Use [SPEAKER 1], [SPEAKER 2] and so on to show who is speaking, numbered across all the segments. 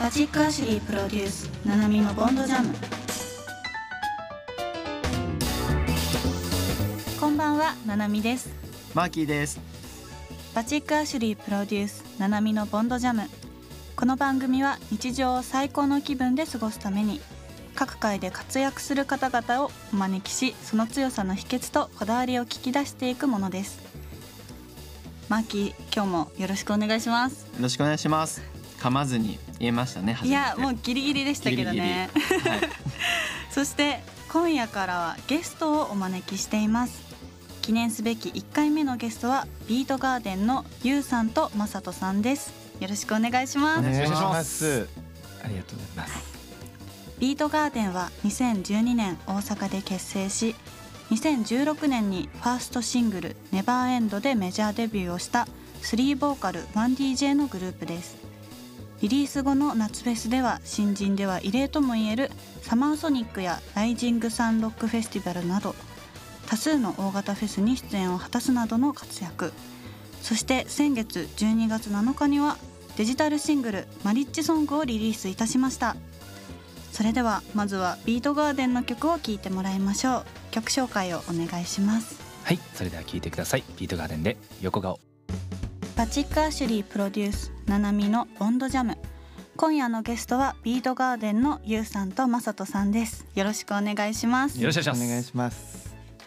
[SPEAKER 1] マジックアシュリープロデュースナナミのボンドジャムこんばんはナナミです
[SPEAKER 2] マーキーです。
[SPEAKER 1] バチックアシュリープロデュースナナミのボンドジャムこの番組は日常を最高の気分で過ごすために各界で活躍する方々をお招きしその強さの秘訣とこだわりを聞き出していくものですマーキー今日もよろしくお願いします
[SPEAKER 2] よろしくお願いします。噛まずに言えましたね。初めて
[SPEAKER 1] いやもうギリギリでしたけどね そして今夜からはゲストをお招きしています記念すべき1回目のゲストはビートガーデンのゆうさんとまさとさんですよろしくお願いします、
[SPEAKER 2] お願いします
[SPEAKER 3] ありがとうございます。
[SPEAKER 1] ビートガーデンは2012年大阪で結成し2016年にファーストシングル「ネバーエンドでメジャーデビューをした3ボーカル 1DJ のグループですリリース後の夏フェスでは新人では異例ともいえるサマーソニックやライジングサンロックフェスティバルなど多数の大型フェスに出演を果たすなどの活躍そして先月12月7日にはデジタルシングル「マリッジソング」をリリースいたしましたそれではまずはビートガーデンの曲を聴いてもらいましょう曲紹介をお願いします
[SPEAKER 3] はい、それでは聞いてください。ビートガーデンで横顔。
[SPEAKER 1] パチック・アシュリープロデュースナナミのボンドジャム今夜のゲストはビートガーデンのゆうさんとまさとさんですよろしくお願いします
[SPEAKER 3] よろしくお願いします。
[SPEAKER 4] お願いします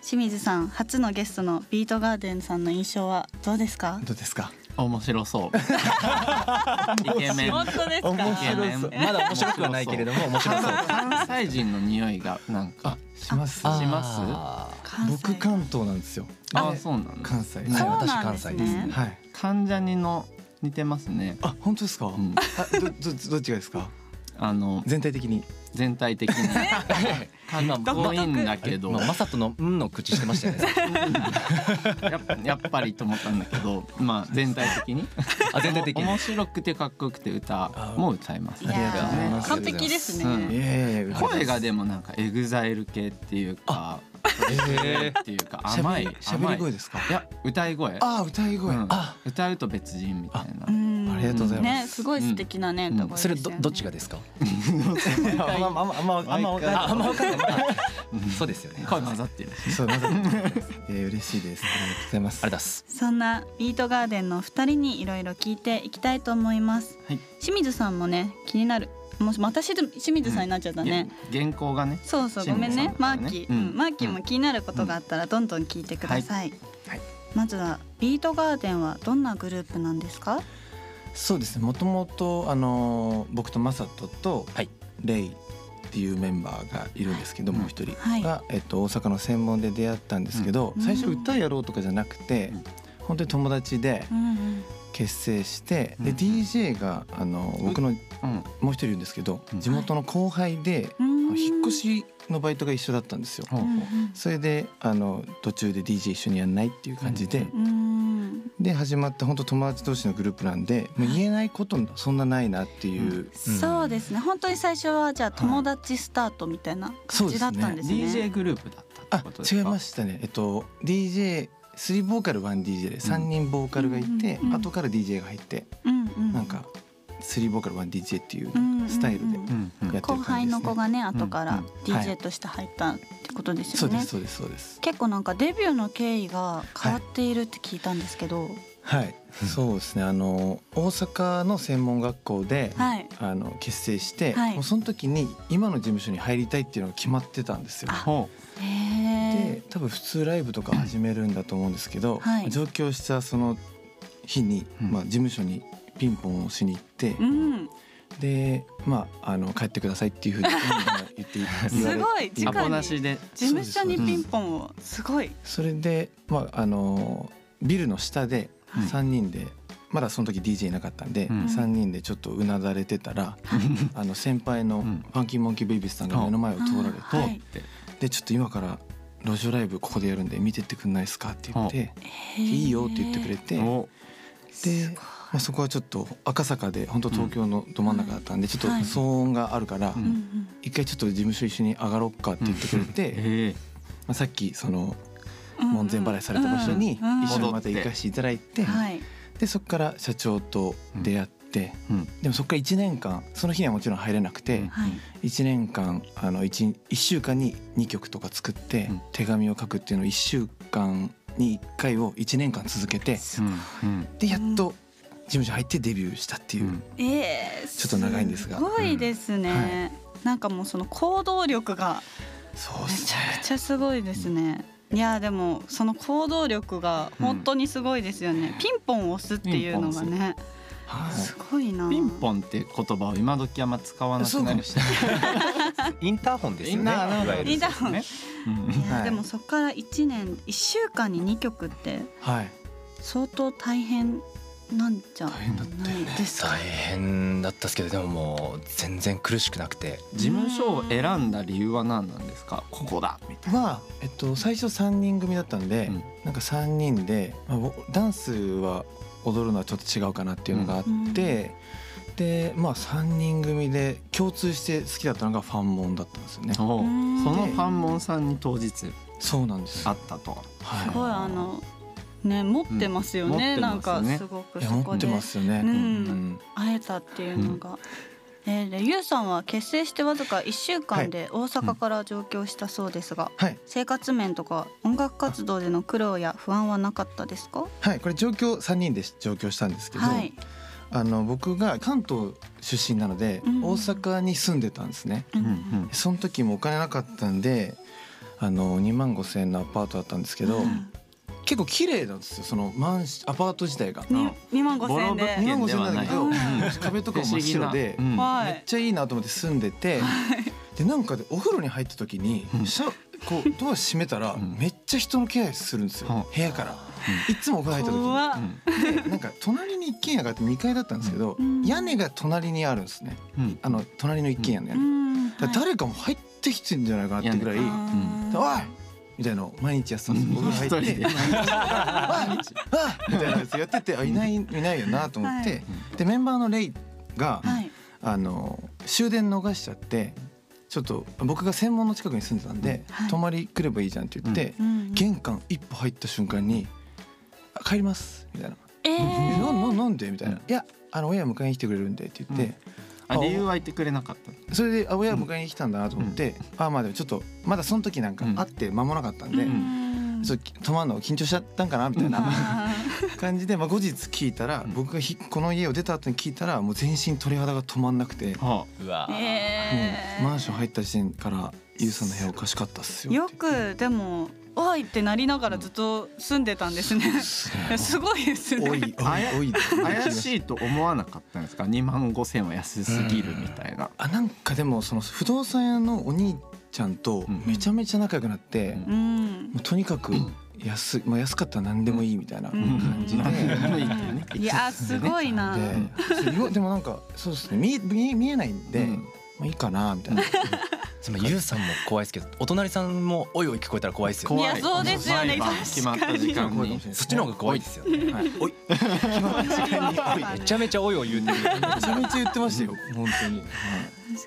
[SPEAKER 1] 清水さん初のゲストのビートガーデンさんの印象はどうですか
[SPEAKER 4] どうですか
[SPEAKER 2] 面白 そう。イケメン。
[SPEAKER 1] 本当ですか
[SPEAKER 4] 面
[SPEAKER 2] イケメ
[SPEAKER 4] 白
[SPEAKER 2] ン
[SPEAKER 4] そう。
[SPEAKER 3] まだ面白くはないけれども面白そう。
[SPEAKER 2] 関西人の匂いがなんか。
[SPEAKER 4] します
[SPEAKER 2] あー
[SPEAKER 1] 関西
[SPEAKER 4] 僕関東なんですよ
[SPEAKER 2] ああ、そうなんだ。
[SPEAKER 4] 関西
[SPEAKER 3] はい、
[SPEAKER 1] そう
[SPEAKER 3] 私
[SPEAKER 1] なん
[SPEAKER 3] 関
[SPEAKER 1] ですね
[SPEAKER 3] 西ですね。
[SPEAKER 4] はい
[SPEAKER 2] 関ジャニの似てますね。
[SPEAKER 4] あ本当ですか、
[SPEAKER 2] うん
[SPEAKER 4] あど どどっちがですか
[SPEAKER 2] あの
[SPEAKER 4] 全体的に
[SPEAKER 2] 全体的に。かっこいいんだけど
[SPEAKER 3] ま。あマサトのうんの口してましたよ ね。
[SPEAKER 2] やっぱやっぱりと思ったんだけど、まあ全体的に。
[SPEAKER 3] あ、全体的に。
[SPEAKER 2] 面白くてかっこよくて歌も歌います
[SPEAKER 1] い。や
[SPEAKER 4] ありがとうございま
[SPEAKER 1] ー
[SPEAKER 4] す
[SPEAKER 1] 完璧ですね、
[SPEAKER 2] うん
[SPEAKER 4] ええ
[SPEAKER 2] 声がでもなんかエグザイル系っていうか。
[SPEAKER 3] え
[SPEAKER 2] っていうか甘い
[SPEAKER 4] 喋
[SPEAKER 2] 甘
[SPEAKER 4] り
[SPEAKER 2] い
[SPEAKER 4] 声ですか
[SPEAKER 2] いや歌い声
[SPEAKER 4] あー歌い声、
[SPEAKER 2] うん
[SPEAKER 3] あ
[SPEAKER 2] 歌うと別人みたいな
[SPEAKER 1] うん
[SPEAKER 4] ありがとうございます
[SPEAKER 1] ね、すごい素敵なね、
[SPEAKER 2] うん
[SPEAKER 1] 歌声
[SPEAKER 3] ー
[SPEAKER 1] ですよ
[SPEAKER 3] それ
[SPEAKER 1] ね
[SPEAKER 3] どどっちがですか。
[SPEAKER 4] あんまあんまあんまあんま分かん
[SPEAKER 3] あ、
[SPEAKER 4] な
[SPEAKER 3] あんま分かんない。そうですよね。あ
[SPEAKER 2] 声
[SPEAKER 3] り
[SPEAKER 2] 混
[SPEAKER 3] がとう
[SPEAKER 2] ざってる
[SPEAKER 4] いそうまだえー、嬉しいですありがとうございます
[SPEAKER 3] ございます。
[SPEAKER 1] そんなビートガーデンの二人にいろいろ聞いていきたいと思います、
[SPEAKER 2] はい
[SPEAKER 1] 清水さんもね気になるもしまたしず清水さんになっちゃったね、
[SPEAKER 2] いや原稿がね
[SPEAKER 1] そうそうごめん
[SPEAKER 2] 清水さん
[SPEAKER 1] ね
[SPEAKER 2] だ
[SPEAKER 1] マ
[SPEAKER 2] からね
[SPEAKER 1] ーキー、
[SPEAKER 2] うん
[SPEAKER 1] うんマーキーも気になることがあったらどんどん聞いてください、
[SPEAKER 4] はい
[SPEAKER 1] まずはビートガーデンはどんなグループなんですか
[SPEAKER 4] そうですねもともとあのー僕とマサトと
[SPEAKER 3] はい
[SPEAKER 4] レイっていうメンバーがいるんですけど、
[SPEAKER 2] うん
[SPEAKER 4] もう一人
[SPEAKER 1] はい
[SPEAKER 4] が、えっと、大阪の専門で出会ったんですけど、
[SPEAKER 1] うん
[SPEAKER 4] 最初歌やろうとかじゃなくて、
[SPEAKER 2] うん
[SPEAKER 4] 本当に友達で
[SPEAKER 1] うん
[SPEAKER 4] 結成して、
[SPEAKER 2] うん
[SPEAKER 4] で DJ があの
[SPEAKER 2] うん
[SPEAKER 4] 僕の
[SPEAKER 2] うん
[SPEAKER 4] もう一人いるんですけど、
[SPEAKER 2] うん
[SPEAKER 4] 地元の後輩で、
[SPEAKER 1] うんうん
[SPEAKER 4] 引っ越しのバイトが一緒だったんですよ。
[SPEAKER 2] ほう
[SPEAKER 1] う
[SPEAKER 2] ほうん
[SPEAKER 4] それであの途中で DJ 一緒にやんないっていう感じで、
[SPEAKER 2] うん
[SPEAKER 1] うんうん
[SPEAKER 4] で始まった本当友達同士のグループなんで、まあ、言えないこともそんなないなっていう、
[SPEAKER 1] そうですね本当に最初はじゃあ友達スタートみたいな感じだったんですね、
[SPEAKER 2] DJ グループだったっ
[SPEAKER 4] あ
[SPEAKER 2] てことです
[SPEAKER 4] 違
[SPEAKER 2] か
[SPEAKER 4] いましたねえっと DJ 3ボーカル 1DJ で3人ボーカルがいて、
[SPEAKER 1] うんうんうん
[SPEAKER 4] 後から DJ が入って、
[SPEAKER 1] うんうん、
[SPEAKER 4] なんか3ボーカル 1DJ っていう
[SPEAKER 1] うんうんうん
[SPEAKER 4] スタイルで
[SPEAKER 2] うんうん
[SPEAKER 4] やって
[SPEAKER 1] 後
[SPEAKER 4] る感
[SPEAKER 1] 輩
[SPEAKER 4] じです
[SPEAKER 1] の
[SPEAKER 4] ね。
[SPEAKER 1] 子がね後から
[SPEAKER 4] うんはい
[SPEAKER 1] DJ として入ったってことです
[SPEAKER 4] そ
[SPEAKER 1] よ
[SPEAKER 4] うで
[SPEAKER 1] ね
[SPEAKER 4] す。そうですそうです。
[SPEAKER 1] 結構なんかデビューの経緯が変わっているって聞いたんですけど、
[SPEAKER 4] はい、そうですね。あの大阪の専門学校で、
[SPEAKER 1] はい。
[SPEAKER 4] あの結成して、
[SPEAKER 1] はい
[SPEAKER 4] もうその時に今の事務所に入りたいっていうのが決まってたんですよ。
[SPEAKER 1] あ
[SPEAKER 2] ほ
[SPEAKER 4] で
[SPEAKER 1] へえ。
[SPEAKER 4] 多分普通ライブとか始めるんだと思うんですけど、
[SPEAKER 1] はい
[SPEAKER 4] 上京したその日に、
[SPEAKER 2] うん
[SPEAKER 4] まあ事務所にピンポンをしに行って、
[SPEAKER 1] うん。
[SPEAKER 4] でまああの帰ってくださいっていう ふうに言って
[SPEAKER 1] す
[SPEAKER 4] 言われ
[SPEAKER 1] ごい。
[SPEAKER 2] うア
[SPEAKER 1] 直
[SPEAKER 2] ポ
[SPEAKER 1] に
[SPEAKER 2] な
[SPEAKER 1] 事
[SPEAKER 2] しで
[SPEAKER 1] 務所にピンポンをすごい。
[SPEAKER 4] それでまああのビルの下で
[SPEAKER 2] はい
[SPEAKER 4] 3人で、まだその時 DJ いなかったんで、
[SPEAKER 2] うん
[SPEAKER 4] 3人でちょっとうなだれてたら、あの先輩の
[SPEAKER 2] う
[SPEAKER 4] フ
[SPEAKER 2] ん
[SPEAKER 4] ァンキーモンキーベイビーズさんが目の前を通られて、
[SPEAKER 1] あはい
[SPEAKER 2] って
[SPEAKER 4] でちょっと今から路上ライブここでやるんで見てってくんないですかって言って、
[SPEAKER 1] へえ
[SPEAKER 4] いいよって言ってくれ。て、ます
[SPEAKER 1] すごい
[SPEAKER 4] あ、そこはちょっと赤坂で本当東京のど真ん中だったんで、ちょっと
[SPEAKER 1] はい
[SPEAKER 4] 騒音があるから、
[SPEAKER 2] うん
[SPEAKER 1] うん
[SPEAKER 4] 一回ちょっと事務所一緒に上がろうかって言ってくれて、ま
[SPEAKER 2] ええ
[SPEAKER 4] あ、さっきその
[SPEAKER 1] うん
[SPEAKER 4] 門前払いされた場所に
[SPEAKER 1] うんうん
[SPEAKER 4] 一緒にまた行かせていただいて、
[SPEAKER 1] はい。
[SPEAKER 4] でそこから社長と出会っって
[SPEAKER 2] うん
[SPEAKER 4] でもそこから1年間その日にはもちろん入れなくて、
[SPEAKER 1] はい
[SPEAKER 4] 1年間あの 1, 一週間に2曲とか作って、
[SPEAKER 2] うん
[SPEAKER 4] 手紙を書くっていうのを1週間に1回を1年間続けて
[SPEAKER 2] うん
[SPEAKER 4] でやっと事務所入ってデビューしたっていう、
[SPEAKER 2] うん
[SPEAKER 1] えー、
[SPEAKER 4] ちょっと長いんですが
[SPEAKER 1] すごいですね、なんかもうその行動力が
[SPEAKER 4] そうっ
[SPEAKER 1] め
[SPEAKER 4] す
[SPEAKER 1] ちゃ
[SPEAKER 4] ね
[SPEAKER 1] くちゃすごいですね、いやーでもその行動力が本当にすごいですよね、ピンポンを押すっていうのがね
[SPEAKER 4] はい
[SPEAKER 1] すごいな
[SPEAKER 2] ピンポンって言葉を今時あんま使わなくなりました
[SPEAKER 3] インターホンですよね。
[SPEAKER 2] なない
[SPEAKER 3] わゆる
[SPEAKER 1] インターホン
[SPEAKER 2] ねうん
[SPEAKER 1] いや
[SPEAKER 4] は
[SPEAKER 1] ー
[SPEAKER 4] い
[SPEAKER 1] でもそこから1年1週間に2曲って
[SPEAKER 4] はい
[SPEAKER 1] 相当大変なんじゃな
[SPEAKER 4] 大変だったよ
[SPEAKER 1] いですか
[SPEAKER 3] 大変だったっすけどでももう全然苦しくなくて
[SPEAKER 2] 事務所を選んだ理由は何なんですかここだみたい
[SPEAKER 4] まあ、えっと、最初3人組だったんで、
[SPEAKER 2] うん
[SPEAKER 4] なんか3人で、まあ、ぼダンスは踊るのはちょっと違うかなっていうのがあって、で、まあ、3人組で共通して好きだったのがファンモンだったんですよね
[SPEAKER 2] な。おう
[SPEAKER 1] うん
[SPEAKER 2] そのファンモンさんに当日
[SPEAKER 4] そうなんです
[SPEAKER 2] 会ったと
[SPEAKER 4] はい
[SPEAKER 1] すごいあのね持ってますよね、
[SPEAKER 2] うん持
[SPEAKER 1] な
[SPEAKER 2] って
[SPEAKER 1] ん
[SPEAKER 2] ますよ
[SPEAKER 1] か
[SPEAKER 2] ね
[SPEAKER 1] すごく
[SPEAKER 4] いや
[SPEAKER 1] そ
[SPEAKER 4] 持
[SPEAKER 1] こ
[SPEAKER 4] って
[SPEAKER 1] で
[SPEAKER 4] ますよね。
[SPEAKER 1] うん
[SPEAKER 4] うん
[SPEAKER 1] 会えたっていうのが、えーでゆうさんは結成してわずか1週間で大阪から上京したそうですが、
[SPEAKER 4] はい、
[SPEAKER 1] 生活面とか音楽活動での苦労や不安はなかったですか
[SPEAKER 4] はい、これ上京3人で上京したんですけど、
[SPEAKER 1] はい、
[SPEAKER 4] あの僕が関東出身なので、
[SPEAKER 1] うん
[SPEAKER 4] 大阪に住んでたんですね。
[SPEAKER 1] うん
[SPEAKER 4] その時もお金なかったんであの2万5千円のアパートだったんですけど、
[SPEAKER 1] うん
[SPEAKER 4] 結構綺麗なんですよそのマンシアパート自体が。
[SPEAKER 1] に2万5
[SPEAKER 2] ボ
[SPEAKER 1] 千
[SPEAKER 2] ロ
[SPEAKER 1] 円で
[SPEAKER 2] 物件
[SPEAKER 4] 二
[SPEAKER 2] ではない
[SPEAKER 4] 日本語じゃないけど壁とかも真っ白で
[SPEAKER 2] 不思議な
[SPEAKER 1] は
[SPEAKER 4] めっ
[SPEAKER 1] い
[SPEAKER 4] ちゃいいなと思って住んでて、でなんかでお風呂に入った時に、
[SPEAKER 2] うん
[SPEAKER 4] シャこうドア閉めたら、
[SPEAKER 2] うん
[SPEAKER 4] めっちゃ人の気配するんですよ、
[SPEAKER 2] う
[SPEAKER 4] 部屋から、いつもお風呂入った時に。
[SPEAKER 1] 怖っ
[SPEAKER 4] でなんか隣に一軒家があって2階だったんですけど、
[SPEAKER 1] うん
[SPEAKER 4] 屋根が隣にあるんですね
[SPEAKER 2] うんうん
[SPEAKER 4] あの隣の一軒家の屋
[SPEAKER 1] う
[SPEAKER 4] 根、
[SPEAKER 1] ん
[SPEAKER 4] だから誰かも入ってきてんじゃないかなってぐらい
[SPEAKER 2] 屋
[SPEAKER 4] 「で
[SPEAKER 2] 根
[SPEAKER 4] お
[SPEAKER 1] う
[SPEAKER 4] い!
[SPEAKER 1] ん」
[SPEAKER 4] みたいなのを毎日やってたんですよ、僕が
[SPEAKER 2] 一
[SPEAKER 4] 入
[SPEAKER 2] 人
[SPEAKER 4] って
[SPEAKER 2] で
[SPEAKER 4] ああみたいなやつやっててあいないいないよなと思って、
[SPEAKER 1] は
[SPEAKER 4] でメンバーのレイが、
[SPEAKER 1] はい
[SPEAKER 4] あの終電逃しちゃってちょっと僕が専門の近くに住んでたんで、
[SPEAKER 1] はい
[SPEAKER 4] 泊まり来ればいいじゃんって言って、
[SPEAKER 1] うん
[SPEAKER 4] 玄関一歩入った瞬間に「あ帰ります」みたいな
[SPEAKER 1] え
[SPEAKER 4] 「え
[SPEAKER 1] ー
[SPEAKER 4] なななんで?」みたいな「
[SPEAKER 2] うん
[SPEAKER 4] いやあの親迎えに来てくれるんで」って言って、
[SPEAKER 2] あ理由は言ってくれなかった
[SPEAKER 4] それであ親迎えに来たんだなと思って、あまあでもちょっとまだその時なんか
[SPEAKER 2] うん
[SPEAKER 4] 会って間もなかったんで、
[SPEAKER 1] うん
[SPEAKER 4] そう泊まるの緊張しちゃったんかなみたいな。
[SPEAKER 1] あ
[SPEAKER 4] 感じで、まあ、後日聞いたら、
[SPEAKER 2] うん
[SPEAKER 4] 僕がひこの家を出た後に聞いたらもう全身鳥肌が止まんなくて、も
[SPEAKER 2] は
[SPEAKER 3] うわ
[SPEAKER 1] ー え
[SPEAKER 4] う
[SPEAKER 1] ー
[SPEAKER 4] マンション入った時点からゆうさんの部屋おかしかったっすよ
[SPEAKER 1] よ
[SPEAKER 4] って言って。
[SPEAKER 1] くでも「おい!」ってなりながらずっと住んでたんですね。 すごいです
[SPEAKER 4] 多
[SPEAKER 1] ね。
[SPEAKER 4] い多い多い
[SPEAKER 2] あ怪し
[SPEAKER 4] い
[SPEAKER 2] いと思わなかったんですか2万5千は安すぎるみたいな
[SPEAKER 4] あなんかでもその不動産屋のお兄ちゃんと
[SPEAKER 2] うん
[SPEAKER 4] めちゃめちゃ仲良くなって、
[SPEAKER 2] うん
[SPEAKER 1] うん
[SPEAKER 4] もう。とにかく安,、まあ、安かったら何でもいいみたいな
[SPEAKER 1] うん
[SPEAKER 4] 感じで、
[SPEAKER 2] うん
[SPEAKER 4] で
[SPEAKER 2] いいってね
[SPEAKER 1] いやすごいな。
[SPEAKER 4] そうよでもなんかそうですね見え見え見えないんで、
[SPEAKER 2] うん
[SPEAKER 4] まあいいかなみたいな
[SPEAKER 3] つまりゆうさんも怖いですけどお隣さんもおいおい聞こえたら怖いですよね
[SPEAKER 1] いやそうですよね
[SPEAKER 2] 毎晩決まった時間
[SPEAKER 4] 怖いか
[SPEAKER 2] に
[SPEAKER 4] もしれないですね
[SPEAKER 3] そっちの方が怖いですよね
[SPEAKER 4] はい
[SPEAKER 3] おいめちゃ
[SPEAKER 1] 確
[SPEAKER 3] めちゃおいおい言うてる
[SPEAKER 4] めちゃめちゃ言ってましたよ本当に、はい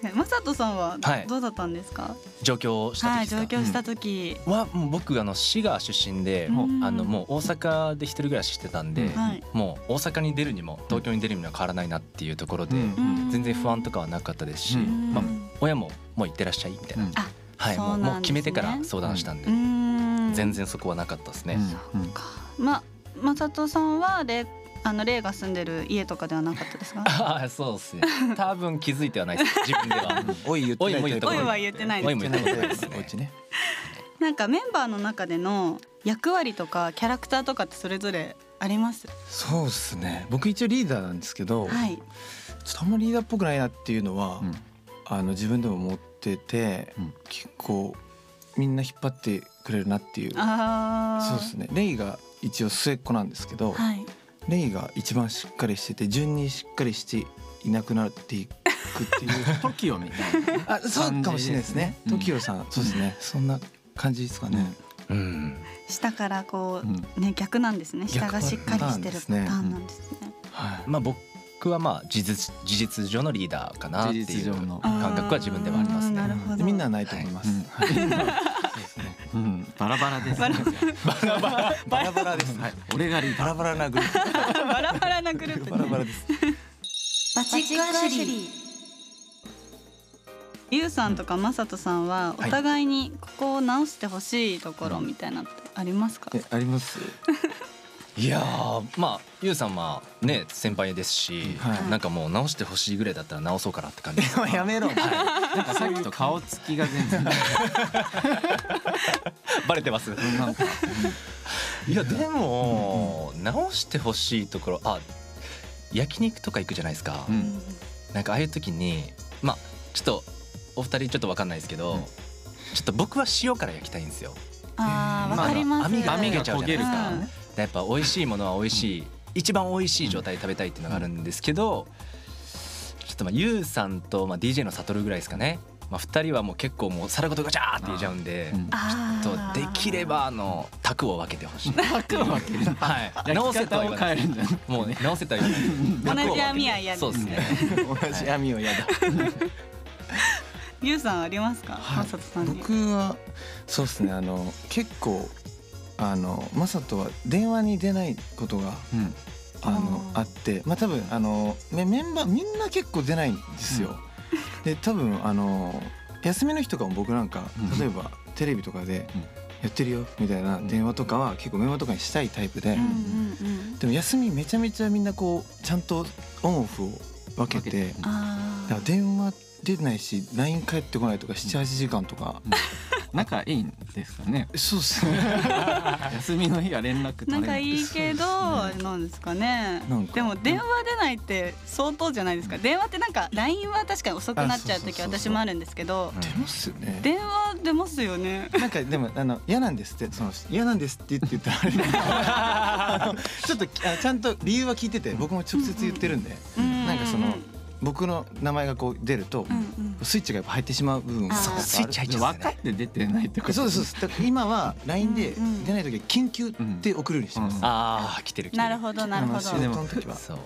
[SPEAKER 1] かに。マサトさんは
[SPEAKER 3] はい
[SPEAKER 1] どうだったんですか。
[SPEAKER 3] 状況した時
[SPEAKER 1] はい、
[SPEAKER 3] ですか
[SPEAKER 1] 上京した時。
[SPEAKER 3] はもう僕あの滋賀出身で、
[SPEAKER 1] うん
[SPEAKER 3] あのもう大阪で一人暮らししてたんで、
[SPEAKER 2] うん
[SPEAKER 1] はい。
[SPEAKER 3] もう大阪に出るにも東京に出るにも変わらないなっていうところで、
[SPEAKER 2] うん
[SPEAKER 1] うん
[SPEAKER 3] 全然不安とかはなかったですし、
[SPEAKER 2] うん
[SPEAKER 3] まあ、親ももう行ってらっしゃいみたいな、
[SPEAKER 2] うん
[SPEAKER 1] あ
[SPEAKER 3] はい
[SPEAKER 1] そうな
[SPEAKER 3] もうん
[SPEAKER 1] ですね
[SPEAKER 3] もう決めてから相談したんで、
[SPEAKER 1] うん。
[SPEAKER 3] 全。然そこはなかったですね、
[SPEAKER 2] うん
[SPEAKER 1] か。まマサトさんはレあのレイが住んでる家とかではなかったですか。
[SPEAKER 3] ああそうですね多分気づいてはないです自分では
[SPEAKER 4] おい言って
[SPEAKER 3] おい
[SPEAKER 4] ない
[SPEAKER 3] も言った
[SPEAKER 1] おいは言ってないです
[SPEAKER 3] おいも言ったことないです
[SPEAKER 4] お
[SPEAKER 3] ね
[SPEAKER 4] 家ね
[SPEAKER 1] なんかメンバーの中での役割とかキャラクターとかってそれぞれあります。
[SPEAKER 4] そうですね僕一応リーダーなんですけど、
[SPEAKER 1] はい。
[SPEAKER 4] ちょっとあんまりリーダーっぽくないなっていうのは、
[SPEAKER 2] うん
[SPEAKER 4] あの自分でも思ってて、
[SPEAKER 2] うん
[SPEAKER 4] 結構みんな引っ張ってくれるなっていう
[SPEAKER 1] ああ。
[SPEAKER 4] そうですねレイが一応末っ子なんですけど、
[SPEAKER 1] はい。
[SPEAKER 4] レイが一番しっかりしてて順にしっかりしていなくなっていくっていう
[SPEAKER 2] トキオみたいな
[SPEAKER 4] あそうかもしれないですね
[SPEAKER 2] うん
[SPEAKER 4] TOKIO、さんそうですねそんな感じですかね、
[SPEAKER 3] うん
[SPEAKER 1] 下からこう、
[SPEAKER 2] うん
[SPEAKER 1] ね逆なんですね下がしっかりしてるパ
[SPEAKER 4] 逆
[SPEAKER 1] ター
[SPEAKER 4] パター
[SPEAKER 1] ン
[SPEAKER 4] ン
[SPEAKER 1] な
[SPEAKER 4] なん
[SPEAKER 1] ですね。
[SPEAKER 4] はい
[SPEAKER 3] まあ僕はまあ事実事実上のリーダーかなって
[SPEAKER 2] 事
[SPEAKER 3] い
[SPEAKER 2] 実
[SPEAKER 3] う
[SPEAKER 2] 上の
[SPEAKER 3] 感覚は自分ではありますね
[SPEAKER 1] あーなるほど
[SPEAKER 4] みんなはないと思います、
[SPEAKER 2] は
[SPEAKER 4] そうですね
[SPEAKER 2] うんバラバラです
[SPEAKER 1] バラ
[SPEAKER 4] バラバラです。はい、
[SPEAKER 2] 俺がリー
[SPEAKER 4] バ
[SPEAKER 2] ダー
[SPEAKER 4] ラバラなグルー
[SPEAKER 1] バラバラなグループ、ね、
[SPEAKER 4] プ。バラバラです。
[SPEAKER 1] バチックアシュリーゆうさんとかまさとさんはお
[SPEAKER 3] はい
[SPEAKER 1] 互いにここを直してほしいところみたいなのってありますか、
[SPEAKER 4] えあります
[SPEAKER 3] いやーまあゆうさんはね先輩ですし、
[SPEAKER 4] はい
[SPEAKER 3] なんかもう直してほしいぐらいだったら直そうかなって感じです。
[SPEAKER 4] やめろ
[SPEAKER 2] なんかさっきと顔つきが全然
[SPEAKER 3] バレてます。
[SPEAKER 2] なんか
[SPEAKER 3] いやでも、直してほしいところあ焼肉とか行くじゃないですか、
[SPEAKER 2] うん
[SPEAKER 3] なんかああいう時にまあちょっとお二人ちょっとわかんないですけど、
[SPEAKER 2] うん
[SPEAKER 3] ちょっと僕は塩から焼きたいんですよ。
[SPEAKER 1] ああ
[SPEAKER 2] まあ
[SPEAKER 1] わかります、
[SPEAKER 3] 網が
[SPEAKER 2] 網
[SPEAKER 3] 出
[SPEAKER 2] が
[SPEAKER 3] ちゃう
[SPEAKER 2] 焦
[SPEAKER 3] じ
[SPEAKER 2] げ
[SPEAKER 3] ゃ
[SPEAKER 2] る
[SPEAKER 3] な
[SPEAKER 2] か
[SPEAKER 3] いで
[SPEAKER 2] ら
[SPEAKER 3] すか。
[SPEAKER 1] うん
[SPEAKER 2] ね
[SPEAKER 3] やっぱ美味しいものは美味しい、一番美味しい状態で食べたいっていうのがあるんですけど、ちょっとまあゆうさんとまあ DJ のサトルぐらいですかね、まあ、2人はもう結構もう皿ごとガチャーって入れちゃうんで、
[SPEAKER 2] うん
[SPEAKER 1] あ
[SPEAKER 3] と
[SPEAKER 1] ー
[SPEAKER 3] できればあのタクを分けてほ しい
[SPEAKER 2] 吐くわけじゃん
[SPEAKER 3] はい
[SPEAKER 2] 直
[SPEAKER 3] 直
[SPEAKER 2] せ
[SPEAKER 3] せと
[SPEAKER 2] た
[SPEAKER 3] は
[SPEAKER 2] を
[SPEAKER 3] 言わな
[SPEAKER 2] 変え
[SPEAKER 3] い
[SPEAKER 2] るんじゃない
[SPEAKER 3] もうね直せとは言わな い
[SPEAKER 1] 同じ網は嫌ですね
[SPEAKER 3] そうですね
[SPEAKER 4] 同じ網をやだ
[SPEAKER 1] ゆうさんありますか、
[SPEAKER 4] はい
[SPEAKER 1] まさとさんに
[SPEAKER 4] 僕はそうですねあの結構あのマサトは電話に出ないことが
[SPEAKER 2] うん
[SPEAKER 4] あの
[SPEAKER 1] あー
[SPEAKER 4] あってまあ多分あのメメンバーみんな結構出ないんですよ。で多分あの休みの日とかも僕なんか
[SPEAKER 2] うん
[SPEAKER 4] 例えばテレビとかで
[SPEAKER 2] うん
[SPEAKER 4] 「やってるよ」みたいな電話とかは結構電話とかにしたいタイプで
[SPEAKER 1] うんうんうん
[SPEAKER 4] でも休みめちゃめちゃみんなこうちゃんとオンオフを分け
[SPEAKER 2] 分け
[SPEAKER 4] て
[SPEAKER 2] て
[SPEAKER 1] あ
[SPEAKER 4] だから
[SPEAKER 1] ー
[SPEAKER 4] 電話出ないし LINE 返ってこないとか78時間とか
[SPEAKER 2] 仲いいんですかね
[SPEAKER 4] そうっすね
[SPEAKER 2] 休みの日は連絡取れ
[SPEAKER 1] な
[SPEAKER 2] なん
[SPEAKER 1] かいいけど
[SPEAKER 2] そうですね
[SPEAKER 1] なんですかね
[SPEAKER 4] なんか
[SPEAKER 1] でも電話出ないって相当じゃないですか電話ってなんか LINE は確かに遅くなっちゃう時
[SPEAKER 4] あそうそうそうそう
[SPEAKER 1] 私もあるんですけど
[SPEAKER 3] うん
[SPEAKER 4] 出ますよね
[SPEAKER 1] 電話出ますよね
[SPEAKER 4] なんかでもあの嫌なんですってその嫌なんですって言って言ったらあれだけどあのち ょっとあちゃんと理由は聞いてて僕も直接言ってるんで、
[SPEAKER 1] な
[SPEAKER 4] なんかその僕の名前がこう出ると、スイッチがやっぱ入ってしまう部分が
[SPEAKER 1] あー
[SPEAKER 4] やっぱある
[SPEAKER 3] スイッチ入っちゃう
[SPEAKER 2] 分かって出てないってこと
[SPEAKER 4] そうですそうですだから今は LINE で
[SPEAKER 1] うんうん
[SPEAKER 4] 出ない時は緊急って送るようにしてます、
[SPEAKER 2] うん
[SPEAKER 3] ああ来てる来てる
[SPEAKER 1] なるほどなるほど
[SPEAKER 4] あの仕事の時は
[SPEAKER 3] そう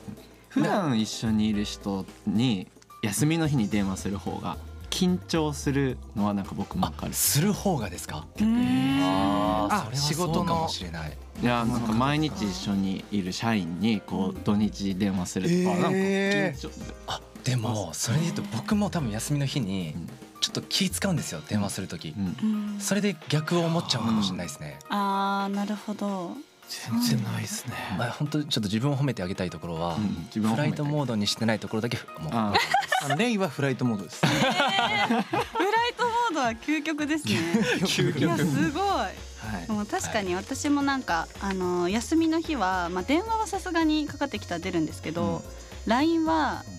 [SPEAKER 2] 普段一緒にいる人に休みの日に電話する方が緊張するのはなんか僕もわ
[SPEAKER 3] あ
[SPEAKER 2] かる
[SPEAKER 3] する方がですか
[SPEAKER 1] うーん
[SPEAKER 3] あ
[SPEAKER 4] あ
[SPEAKER 3] あ仕
[SPEAKER 4] 仕事
[SPEAKER 3] 事
[SPEAKER 4] の
[SPEAKER 3] かもしれない
[SPEAKER 2] いやなんか毎日一緒にいる社員にこう土日電話するとかなんか緊張
[SPEAKER 3] あでもそれで言うと僕も多分休みの日にちょっと気使うんですよ電話する時
[SPEAKER 2] うん
[SPEAKER 1] うん
[SPEAKER 3] それで逆を思っちゃうかもしれないですね、
[SPEAKER 1] あーなるほど
[SPEAKER 4] 全然ないですね、
[SPEAKER 3] まあ本当にちょっと自分を褒めてあげたいところは、
[SPEAKER 2] うん自分を褒
[SPEAKER 3] フラ
[SPEAKER 2] め
[SPEAKER 3] イ
[SPEAKER 2] て
[SPEAKER 3] トモードにしてないところだけもう
[SPEAKER 2] あ
[SPEAKER 4] あのレイはフライトモードです
[SPEAKER 1] えーフライトモードは究極ですね
[SPEAKER 4] 究
[SPEAKER 1] いやすごい
[SPEAKER 4] はい
[SPEAKER 1] でも確かに私もなんか、あの休みの日は、まあ、電話はさすがにかかってきたら出るんですけど、LINE は
[SPEAKER 2] うん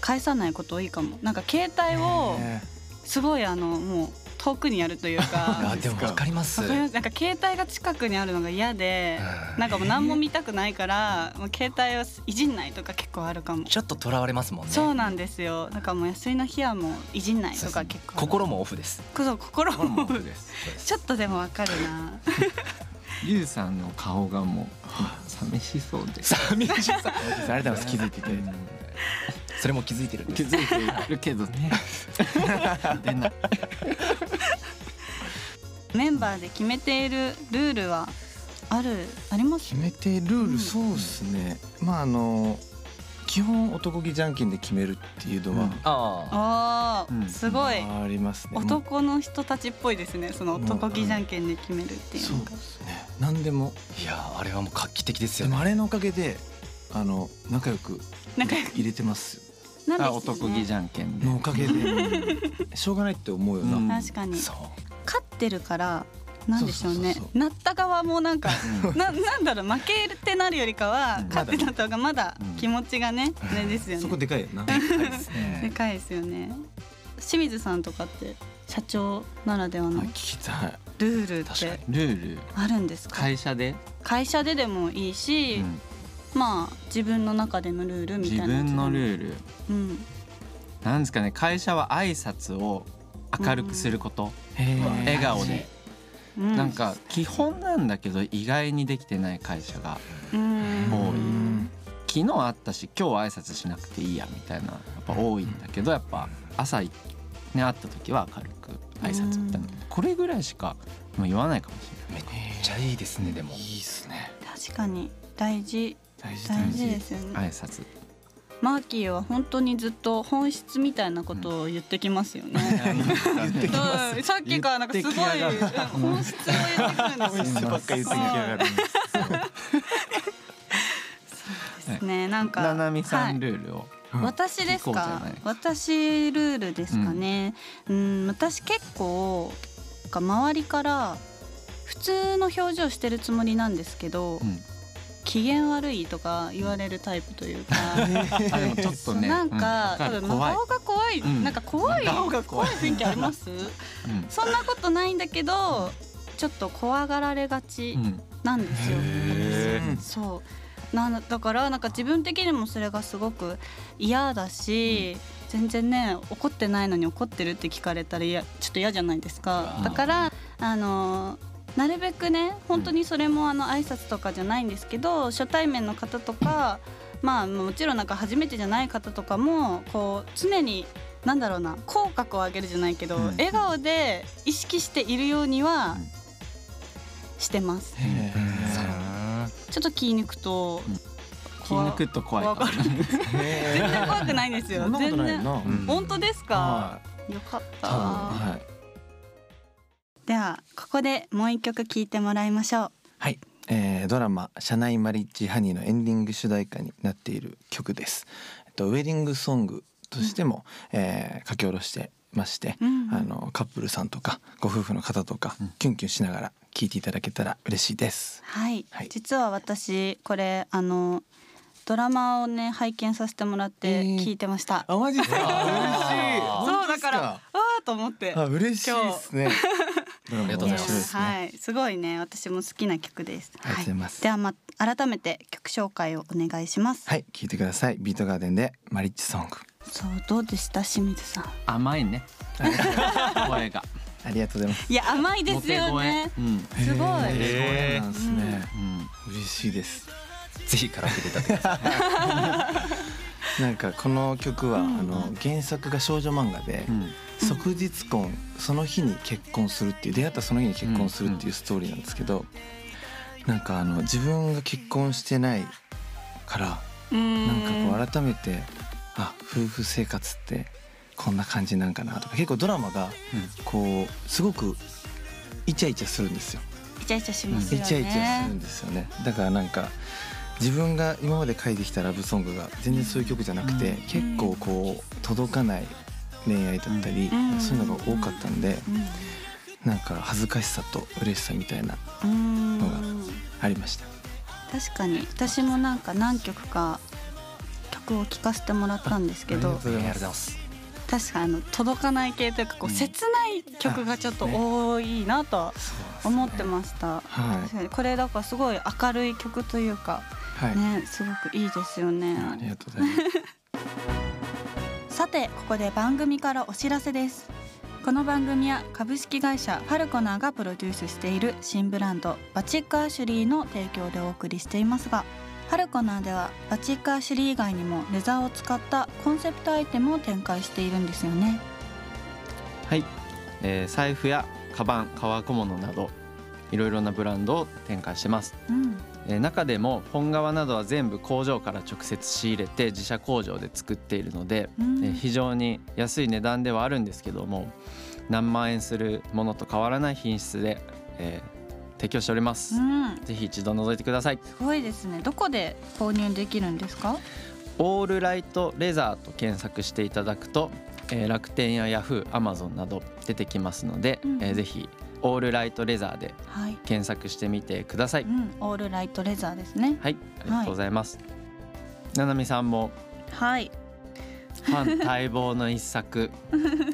[SPEAKER 1] 返さないこと多いかもなんか携帯を
[SPEAKER 4] ね
[SPEAKER 1] すごいあのもう遠くにやると いう
[SPEAKER 3] あ
[SPEAKER 1] か
[SPEAKER 3] でも分かります
[SPEAKER 1] わかりますなんか携帯が近くにあるのが嫌で
[SPEAKER 3] うん
[SPEAKER 1] なんかもう何も見たくないからもう携帯をいじんないとか結構あるかも
[SPEAKER 3] ちょっととらわれますもんね
[SPEAKER 1] そうなんですよだからもう休みの日はもういじんないとか結構ある
[SPEAKER 3] 心もオフです
[SPEAKER 1] そう心
[SPEAKER 2] あも
[SPEAKER 1] も
[SPEAKER 2] う僕です
[SPEAKER 1] ちょっとでもわかるな
[SPEAKER 2] ゆうさんの顔がもう寂しそうです
[SPEAKER 3] 寂しさ
[SPEAKER 4] ありがとうございます気づいていて、
[SPEAKER 2] うん
[SPEAKER 3] それも気づいてるんで
[SPEAKER 2] 気
[SPEAKER 3] す
[SPEAKER 2] づいてるけどね出ない
[SPEAKER 1] メンバーで決めているルールはあるあります
[SPEAKER 4] 決めてルー
[SPEAKER 1] うん
[SPEAKER 4] ルそうですね、まああの基本男気じゃんけんで決めるっていうのは、
[SPEAKER 2] うん
[SPEAKER 3] あ
[SPEAKER 1] あー、
[SPEAKER 2] うん
[SPEAKER 1] すごい
[SPEAKER 4] ありますね
[SPEAKER 1] 男の人たちっぽいですねその男気じゃんけんで決めるっていう
[SPEAKER 4] そう
[SPEAKER 1] の
[SPEAKER 4] で
[SPEAKER 1] が
[SPEAKER 4] すね何でも
[SPEAKER 3] あいやーあれはもう画期的です
[SPEAKER 4] で
[SPEAKER 3] よね
[SPEAKER 4] もあれのおかげであの仲良く
[SPEAKER 1] なんかなん
[SPEAKER 4] 入れてます
[SPEAKER 1] です
[SPEAKER 2] あ
[SPEAKER 1] よね
[SPEAKER 2] 男気じゃんけんで
[SPEAKER 4] のおかげでしょうがないって思うよな、
[SPEAKER 2] うん
[SPEAKER 1] 確かに
[SPEAKER 3] そう
[SPEAKER 1] 勝ってるからなんでしょうね
[SPEAKER 4] そうそうそう
[SPEAKER 1] なった側もなんか
[SPEAKER 2] うん
[SPEAKER 1] ななんだろう負けるってなるよりかは
[SPEAKER 2] うん
[SPEAKER 1] 勝ってなった方がまだ
[SPEAKER 2] うん
[SPEAKER 1] 気持ちがねあれですよ
[SPEAKER 4] そこ
[SPEAKER 1] ね
[SPEAKER 4] でかいよな
[SPEAKER 1] でかいですよね清水さんとかって社長ならではの
[SPEAKER 4] あ聞きたい
[SPEAKER 1] ルールっ
[SPEAKER 3] 確か
[SPEAKER 1] て
[SPEAKER 3] に
[SPEAKER 2] ルール
[SPEAKER 1] あるんですか
[SPEAKER 2] 会社で、
[SPEAKER 1] 会社ででもいいし
[SPEAKER 2] うん
[SPEAKER 1] まあ自分の中でのルールみたいな
[SPEAKER 2] 自分の
[SPEAKER 1] ール
[SPEAKER 2] ルール
[SPEAKER 1] うん
[SPEAKER 2] なんですかね会社は挨拶を明るくすること、笑顔で、
[SPEAKER 1] うん
[SPEAKER 2] なんか基本なんだけど意外にできてない会社が
[SPEAKER 1] うん
[SPEAKER 2] 多い
[SPEAKER 4] うん
[SPEAKER 2] 昨日あったし今日は挨拶しなくていいやみたいなやっぱ多いんだけどやっぱ朝ね会った時は明るく挨拶みたいな
[SPEAKER 1] うん
[SPEAKER 2] これぐらいしかもう言わないかもし
[SPEAKER 3] めっちゃいいですねでも
[SPEAKER 4] いいっすね
[SPEAKER 1] 確かに大事
[SPEAKER 4] 大事
[SPEAKER 1] 大
[SPEAKER 4] 大
[SPEAKER 1] 事
[SPEAKER 4] 事
[SPEAKER 1] ですよね
[SPEAKER 2] れない挨拶
[SPEAKER 1] マーキーは本当にずっと本質みたいなことを言ってきますよね。
[SPEAKER 4] 言ってきます
[SPEAKER 1] うんさっきからなんかすごい
[SPEAKER 4] 言ってきやがる
[SPEAKER 1] 本質を言ってくるんですよ。
[SPEAKER 4] ばっかり言ってきやがるんです
[SPEAKER 1] ですね、なんか。
[SPEAKER 2] ななみさん
[SPEAKER 1] はい
[SPEAKER 2] ルールを、
[SPEAKER 4] うん
[SPEAKER 1] 私です
[SPEAKER 2] 聞こ
[SPEAKER 1] か
[SPEAKER 2] うじゃない。
[SPEAKER 1] 私ルールですかね。うん、私結構。なんか周りから。普通の表情してるつもりなんですけど、
[SPEAKER 2] うん
[SPEAKER 1] 機嫌悪いとか言われるタイプというか。
[SPEAKER 2] あでも ちょっと
[SPEAKER 1] そう
[SPEAKER 2] ね
[SPEAKER 1] なんか、
[SPEAKER 2] うんわ
[SPEAKER 1] 多
[SPEAKER 2] る
[SPEAKER 1] 分
[SPEAKER 2] 怖
[SPEAKER 1] 真顔
[SPEAKER 2] い
[SPEAKER 1] が怖い、
[SPEAKER 2] うん
[SPEAKER 1] なんか怖い
[SPEAKER 2] 真顔が怖い
[SPEAKER 1] 怖い雰囲気ありますそんなことないんだけどちょっと怖がられがち
[SPEAKER 2] うんうん
[SPEAKER 1] なんですよ、
[SPEAKER 3] へ
[SPEAKER 4] ー
[SPEAKER 1] そうなんだからなんか自分的にもそれがすごく嫌だし、全然ね怒ってないのに怒ってるって聞かれたらいやちょっと嫌じゃないですか
[SPEAKER 2] あー
[SPEAKER 1] だからあのなるべくね本当にそれもあの挨拶とかじゃないんですけど初対面の方とかまあもちろんなんか初めてじゃない方とかもこう常になんだろうな口角を上げるじゃないけど、
[SPEAKER 2] うん
[SPEAKER 1] 笑顔で意識しているようには
[SPEAKER 2] うん
[SPEAKER 1] してます。
[SPEAKER 4] ね
[SPEAKER 1] ちょっと気抜くと
[SPEAKER 2] うん気
[SPEAKER 1] 怖
[SPEAKER 2] 抜くと怖い
[SPEAKER 1] 怖
[SPEAKER 2] か
[SPEAKER 1] が
[SPEAKER 2] も
[SPEAKER 1] る全然怖くないんですよ
[SPEAKER 4] そんなこと
[SPEAKER 1] 全
[SPEAKER 4] ないよ
[SPEAKER 1] 然
[SPEAKER 4] な、
[SPEAKER 3] ん
[SPEAKER 1] 本当ですか
[SPEAKER 4] は
[SPEAKER 1] よかっ
[SPEAKER 4] い多
[SPEAKER 1] た
[SPEAKER 4] 分はい
[SPEAKER 1] ではここでもう一曲聴いてもらいましょう
[SPEAKER 4] はい、えードラマ「社内マリッジハニー」のエンディング主題歌になっている曲です。えっとウェディングソングとしても、えー書き下ろしてまして、
[SPEAKER 1] うん
[SPEAKER 4] あのカップルさんとかご夫婦の方とか、キュンキュンしながら聴いていただけたら嬉しいです。
[SPEAKER 1] はい、
[SPEAKER 4] はい
[SPEAKER 1] 実は私これあのドラマをね拝見させてもらっ
[SPEAKER 4] え
[SPEAKER 1] て
[SPEAKER 4] ー
[SPEAKER 1] 聞いてました、
[SPEAKER 4] あマジですか
[SPEAKER 3] あ
[SPEAKER 1] そうだからわーと思って
[SPEAKER 4] あ嬉しいですね。ド ラマ
[SPEAKER 3] ありがとう
[SPEAKER 4] 面
[SPEAKER 3] ござい
[SPEAKER 4] 白いで
[SPEAKER 3] ま
[SPEAKER 4] すね。
[SPEAKER 1] はいすごいね私も好きな曲です
[SPEAKER 4] ありがとうございます
[SPEAKER 1] ではま改めて曲紹介をお願いします、
[SPEAKER 4] はい、聞いてください。ビートガーデンでマリッジソング。
[SPEAKER 1] そうどうでした清水さん
[SPEAKER 2] 甘 いね声が
[SPEAKER 4] ありがとうございます。
[SPEAKER 1] いや甘いですよね
[SPEAKER 2] モテ声うん
[SPEAKER 1] すごい
[SPEAKER 4] へー
[SPEAKER 3] へ
[SPEAKER 4] そう
[SPEAKER 3] ー
[SPEAKER 4] なんですね。
[SPEAKER 2] うん
[SPEAKER 4] 嬉しいです。
[SPEAKER 3] ぜひカラオケで歌ってくださ い
[SPEAKER 4] なんかこの曲は、あの原作が少女漫画で、
[SPEAKER 2] うん
[SPEAKER 4] 即日婚その日に結婚するっていう出会ったその日に結婚するっていうストーリーなんですけど、なんかあの自分が結婚してないから
[SPEAKER 1] うん
[SPEAKER 4] なんかこう改めてあ夫婦生活ってこんな感じなんかなとか結構ドラマがこうすごくイチャイチャするんですよ。
[SPEAKER 1] イチャイチャします
[SPEAKER 4] イ
[SPEAKER 1] よね。
[SPEAKER 4] チャイチャするんですよねだからなんか自分が今まで書いてきたラブソングが全然そういう曲じゃなくて、
[SPEAKER 2] うん
[SPEAKER 4] 結構こう届かない恋愛だったり、
[SPEAKER 1] うん
[SPEAKER 4] そういうのが多かったんで、
[SPEAKER 1] うん
[SPEAKER 4] なんか恥ずかしさと嬉しさみたいな
[SPEAKER 1] うん
[SPEAKER 4] のがありました
[SPEAKER 1] 確かに私もなんか何曲か曲を聴かせてもらったんですけど
[SPEAKER 4] あり
[SPEAKER 3] あ
[SPEAKER 4] が
[SPEAKER 3] りが
[SPEAKER 4] とうご
[SPEAKER 3] とうご
[SPEAKER 4] ざ
[SPEAKER 3] ざい
[SPEAKER 4] い
[SPEAKER 3] ま
[SPEAKER 4] ます
[SPEAKER 1] 確かあの届かない系というかこう
[SPEAKER 2] うん
[SPEAKER 1] 切ない曲がちょっと多いなとは
[SPEAKER 4] すそう
[SPEAKER 1] 思って
[SPEAKER 4] す
[SPEAKER 1] ました。
[SPEAKER 4] は
[SPEAKER 1] 確かにこれだからすごい明るい曲というか
[SPEAKER 4] い、はい
[SPEAKER 1] ねすごくいいですよね。
[SPEAKER 4] ありがとうございます
[SPEAKER 1] さてここで番組からお知らせですこの番組は株式会社ファルコナーがプロデュースしている新ブランドバチック・アシュリーの提供でお送りしていますがファルコナーではバチック・アシュリー以外にもレザーを使ったコンセプトアイテムを展開しているんですよね
[SPEAKER 2] はい、えー財布やカバン革小物などいろいろなブランドを展開してます、
[SPEAKER 1] うん
[SPEAKER 2] えー中でも本革などは全部工場から直接仕入れて自社工場で作っているので、
[SPEAKER 1] うん
[SPEAKER 2] えー非常に安い値段ではあるんですけども何万円するものと変わらない品質で、えー提供しております、
[SPEAKER 1] うん
[SPEAKER 2] ぜひ一度覗いてください
[SPEAKER 1] すごいですねどこで購入できるんですか
[SPEAKER 2] オールライトレザーと検索していただくと、えー楽天やヤフーアマゾンなど出てきますので、
[SPEAKER 1] うん
[SPEAKER 2] えーぜひオールライトレザーで
[SPEAKER 1] はい、
[SPEAKER 2] 検索してみてください、
[SPEAKER 1] うん、オールライトレザーですね
[SPEAKER 2] はいありがとうございます、ななみさんも
[SPEAKER 1] はい
[SPEAKER 2] ファン待望の 一作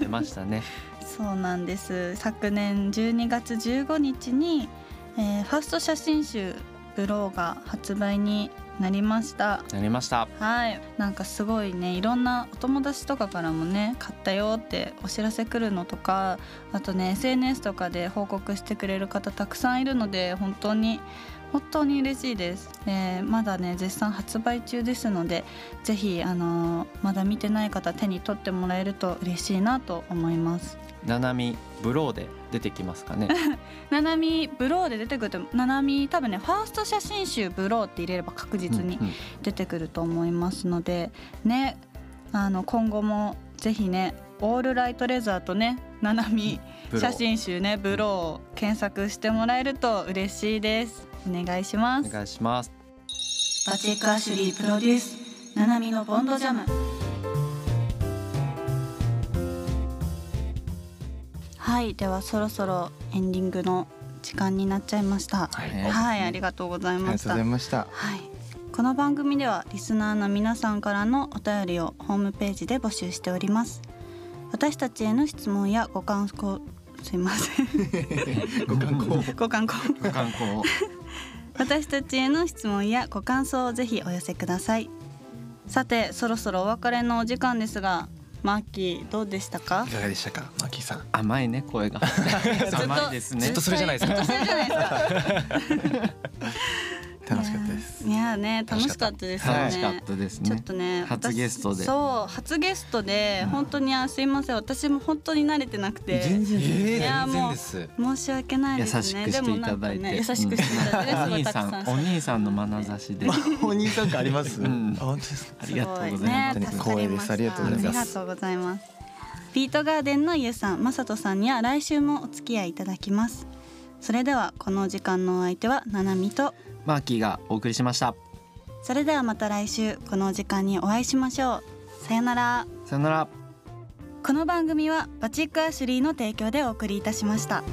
[SPEAKER 2] 出ましたね
[SPEAKER 1] そうなんです昨年12月15日に、えーファースト写真集「ブロー」が発売になりました
[SPEAKER 2] なりました
[SPEAKER 1] はいなんかすごいねいろんなお友達とかからもね買ったよってお知らせ来るのとかあとね SNS とかで報告してくれる方たくさんいるので本当に本当に嬉しいです、えーまだね絶賛発売中ですのでぜひあのーまだ見てない方手に取ってもらえると嬉しいなと思います
[SPEAKER 2] ななみブローで出てきますかね
[SPEAKER 1] ななみブローで出てくるとななみ多分ねファースト写真集ブローって入れれば確実に
[SPEAKER 2] うんうん
[SPEAKER 1] 出てくると思いますのでねあの今後もぜひねオールライトレザーとねななみ
[SPEAKER 2] ブロー
[SPEAKER 1] 写真集ねブローを検索してもらえると嬉しいですお願いします
[SPEAKER 2] お願いします
[SPEAKER 1] バチェックアシュリープロデュースななみのボンドジャムはいではそろそろエンディングの時間になっちゃいました
[SPEAKER 4] はい
[SPEAKER 1] はい、ありがとうござい
[SPEAKER 4] りが
[SPEAKER 1] ま
[SPEAKER 4] と
[SPEAKER 1] し
[SPEAKER 4] うご
[SPEAKER 1] た
[SPEAKER 4] ざいました
[SPEAKER 1] はい。この番組ではリスナーの皆さんからのお便りをホームページで募集しております。私たちへの質問やご感想すいませ ん
[SPEAKER 4] ご観光
[SPEAKER 1] ご感想
[SPEAKER 2] ご観光
[SPEAKER 1] 私たちへの質問やご感想をぜひお寄せください。さてそろそろお別れのお時間ですが、マーキーどうでしたか
[SPEAKER 4] い？かがでしたかマキさん
[SPEAKER 2] 甘いね声 が甘いですね
[SPEAKER 3] ずっとそれじゃないですか
[SPEAKER 1] ずっとそれじゃないですか。
[SPEAKER 4] 楽しかったです
[SPEAKER 1] いやーね楽しかったですよね。
[SPEAKER 2] 楽しかったです
[SPEAKER 1] ちょ
[SPEAKER 2] ね
[SPEAKER 1] っとね
[SPEAKER 2] 初
[SPEAKER 1] 私
[SPEAKER 2] ゲストで
[SPEAKER 1] そう初ゲストで本当にあすいません私も本当に慣れてなくて
[SPEAKER 4] 全然
[SPEAKER 1] い
[SPEAKER 3] え
[SPEAKER 1] や
[SPEAKER 3] ー
[SPEAKER 1] もう
[SPEAKER 3] 全然で
[SPEAKER 1] 申
[SPEAKER 3] す
[SPEAKER 1] し訳ない
[SPEAKER 2] 優
[SPEAKER 1] で
[SPEAKER 2] し
[SPEAKER 1] す
[SPEAKER 2] く
[SPEAKER 1] ね
[SPEAKER 2] していただ
[SPEAKER 1] でも
[SPEAKER 2] い
[SPEAKER 1] なんかね
[SPEAKER 2] て
[SPEAKER 1] 優しくしていただいてね
[SPEAKER 2] うんお兄さ
[SPEAKER 1] すごいたく
[SPEAKER 2] ん
[SPEAKER 1] さ
[SPEAKER 2] お
[SPEAKER 1] ん
[SPEAKER 2] 兄さんの眼差 しで
[SPEAKER 4] お兄さん感あります
[SPEAKER 2] うん
[SPEAKER 4] あ本当ですか
[SPEAKER 2] ありがとうございます
[SPEAKER 1] すごね
[SPEAKER 4] 本当に光栄ですありがとうございま
[SPEAKER 1] あ
[SPEAKER 4] す
[SPEAKER 1] りがとうございますビートガーデンのゆうさんまさとさんには来週もお付き合いいただきますそれではこの時間のお相手はななみと
[SPEAKER 2] マーキーがお送りしました
[SPEAKER 1] それではまた来週このお時間にお会いしましょうさよなら
[SPEAKER 2] さよなら
[SPEAKER 1] この番組はバチックアシュリーの提供でお送りいたしました。